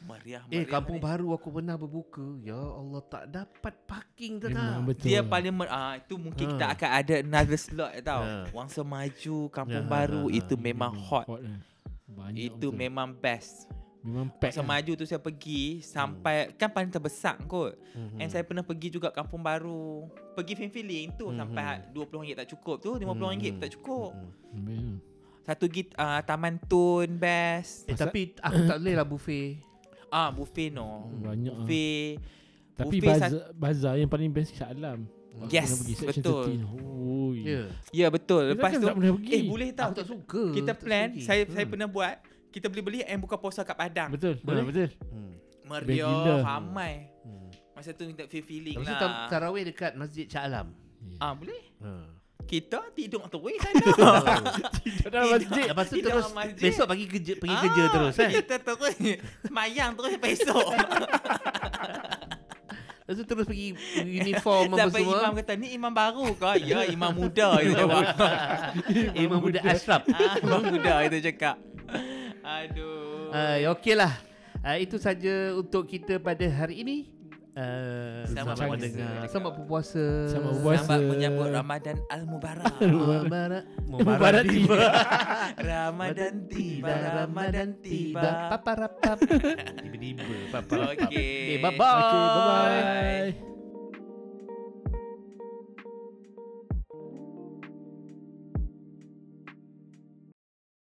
[SPEAKER 3] meriah,
[SPEAKER 1] Eh
[SPEAKER 3] meriah.
[SPEAKER 1] kampung
[SPEAKER 3] meriah.
[SPEAKER 1] baru aku pernah berbuka. Ya Allah tak dapat parking tu tak.
[SPEAKER 2] Memang betul
[SPEAKER 3] Dia paling mer- ah itu mungkin kita
[SPEAKER 1] Ha.
[SPEAKER 3] akan ada another slot eh, tau.
[SPEAKER 1] Ha.
[SPEAKER 3] Wangsa Maju,
[SPEAKER 1] Ya,
[SPEAKER 3] Kampung Baru
[SPEAKER 1] ha, ha,
[SPEAKER 3] itu memang hot.
[SPEAKER 2] lah. ah, Banyak
[SPEAKER 3] Itu
[SPEAKER 2] betul. ah.
[SPEAKER 3] memang best.
[SPEAKER 2] Memang pack lah.
[SPEAKER 3] Wangsa Maju tu saya pergi sampai kan paling terbesar kot.
[SPEAKER 1] Mhm.
[SPEAKER 3] And saya pernah pergi juga Kampung Baru. Pergi feeling tu
[SPEAKER 1] Mhm.
[SPEAKER 3] sampai RM20 tak cukup tu, RM50
[SPEAKER 1] Mhm.
[SPEAKER 3] tak cukup.
[SPEAKER 1] Mm-mm.
[SPEAKER 2] Memang.
[SPEAKER 3] Hmm. Satu git ah, Taman Tun best.
[SPEAKER 1] Eh
[SPEAKER 2] Pasal-
[SPEAKER 1] tapi aku tak boleh lah buffet.
[SPEAKER 3] Ah buffet no.
[SPEAKER 2] Banyak ah.
[SPEAKER 3] Buffet
[SPEAKER 2] Tapi
[SPEAKER 3] buffet
[SPEAKER 2] bazar, bazar yang paling best Shah Alam Aku
[SPEAKER 3] Yes,
[SPEAKER 2] pernah pergi section
[SPEAKER 3] betul.
[SPEAKER 2] 13. Oi.
[SPEAKER 1] Ya.
[SPEAKER 3] Ya
[SPEAKER 2] Kita
[SPEAKER 3] betul. Lepas
[SPEAKER 2] kan
[SPEAKER 3] tu
[SPEAKER 2] tak pernah pergi.
[SPEAKER 3] eh boleh
[SPEAKER 1] Aku
[SPEAKER 3] tak
[SPEAKER 1] tak suka.
[SPEAKER 3] kita
[SPEAKER 1] tak
[SPEAKER 3] plan
[SPEAKER 1] suka pergi.
[SPEAKER 3] saya saya
[SPEAKER 1] Hmm.
[SPEAKER 3] pernah buat kita beli-beli and buka puasa kat Padang.
[SPEAKER 2] Betul
[SPEAKER 1] Boleh.
[SPEAKER 2] ha, Betul
[SPEAKER 1] Hmm.
[SPEAKER 2] gila.
[SPEAKER 3] Meriah, ramai.
[SPEAKER 1] Hmm.
[SPEAKER 3] Masa tu kita feel feeling
[SPEAKER 1] Lepas tu tam-
[SPEAKER 3] lah.
[SPEAKER 1] tarawih dekat Masjid Shah Alam.
[SPEAKER 3] Ah boleh.
[SPEAKER 1] Ha.
[SPEAKER 3] Kita tidur
[SPEAKER 1] eh.
[SPEAKER 3] terus sana.
[SPEAKER 2] Tidak dalam masjid
[SPEAKER 1] Lepas tu
[SPEAKER 3] Di dalam
[SPEAKER 1] terus
[SPEAKER 3] masjid. Ah.
[SPEAKER 1] besok pagi kerja pergi kerja terus eh.
[SPEAKER 3] Kita terus semayang terus besok.
[SPEAKER 1] <laughs> Lepas tu terus pergi uniform apa
[SPEAKER 3] Sampai
[SPEAKER 1] semua.
[SPEAKER 3] imam kata ni imam baru kau. Ya imam
[SPEAKER 1] <laughs>
[SPEAKER 3] muda dia jawab.
[SPEAKER 1] Imam muda Ashraf.
[SPEAKER 3] Ah, imam muda itu cakap. Aduh.
[SPEAKER 1] Uh, Okey lah. Uh, itu saja untuk kita pada hari ini. Uh, selamat
[SPEAKER 3] Selamat
[SPEAKER 2] berpuasa.
[SPEAKER 1] mendengar. Selamat berpuasa.
[SPEAKER 2] Selamat berpuasa.
[SPEAKER 3] Selamat menyambut Ramadan Al-Mubarak.
[SPEAKER 1] Mubarak.
[SPEAKER 2] Mubarak tiba.
[SPEAKER 3] Ramadan tiba, Ramadan tiba.
[SPEAKER 2] <laughs>
[SPEAKER 1] Paparapap. Tiba-tiba. Paparapap. Okay,
[SPEAKER 3] Okey.
[SPEAKER 1] bye-bye.
[SPEAKER 2] Okay bye bye